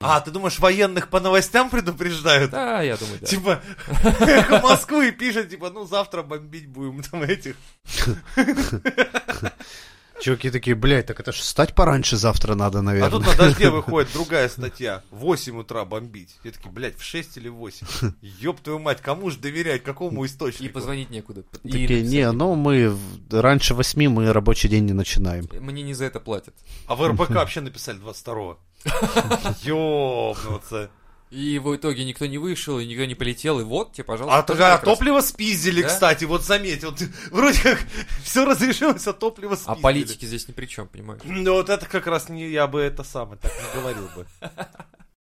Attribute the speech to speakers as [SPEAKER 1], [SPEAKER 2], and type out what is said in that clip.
[SPEAKER 1] А, ты думаешь, военных по новостям предупреждают?
[SPEAKER 2] Да, я думаю, да.
[SPEAKER 1] Типа, эхо Москвы пишет, типа, ну завтра бомбить будем там этих.
[SPEAKER 3] Чуваки такие, блядь, так это ж встать пораньше завтра надо,
[SPEAKER 1] А
[SPEAKER 3] наверное.
[SPEAKER 1] тут на дожде выходит другая статья. 8 утра бомбить. Я такие, блядь, в 6 или 8. Ёб твою мать, кому же доверять, какому
[SPEAKER 2] И
[SPEAKER 1] источнику?
[SPEAKER 2] позвонить некуда. И
[SPEAKER 3] Такие,
[SPEAKER 2] написать
[SPEAKER 3] не, ну мы в- раньше восьми мы рабочий день не начинаем.
[SPEAKER 2] некуда. Мне не за это платят.
[SPEAKER 1] А в РБК вообще написали 22-го. Ёбнуться.
[SPEAKER 2] И в итоге никто не вышел, и никто не полетел, и вот тебе, пожалуйста.
[SPEAKER 1] А
[SPEAKER 2] Ну, тоже
[SPEAKER 1] тогда
[SPEAKER 2] прекрасно.
[SPEAKER 1] топливо спиздили,
[SPEAKER 2] Да?
[SPEAKER 1] кстати, вот заметил. Ты- Вроде как все разрешилось, а топливо
[SPEAKER 2] А
[SPEAKER 1] спиздили.
[SPEAKER 2] политики здесь ни при чем, понимаешь?
[SPEAKER 1] Ну вот это как раз не я бы это самое так не говорил бы.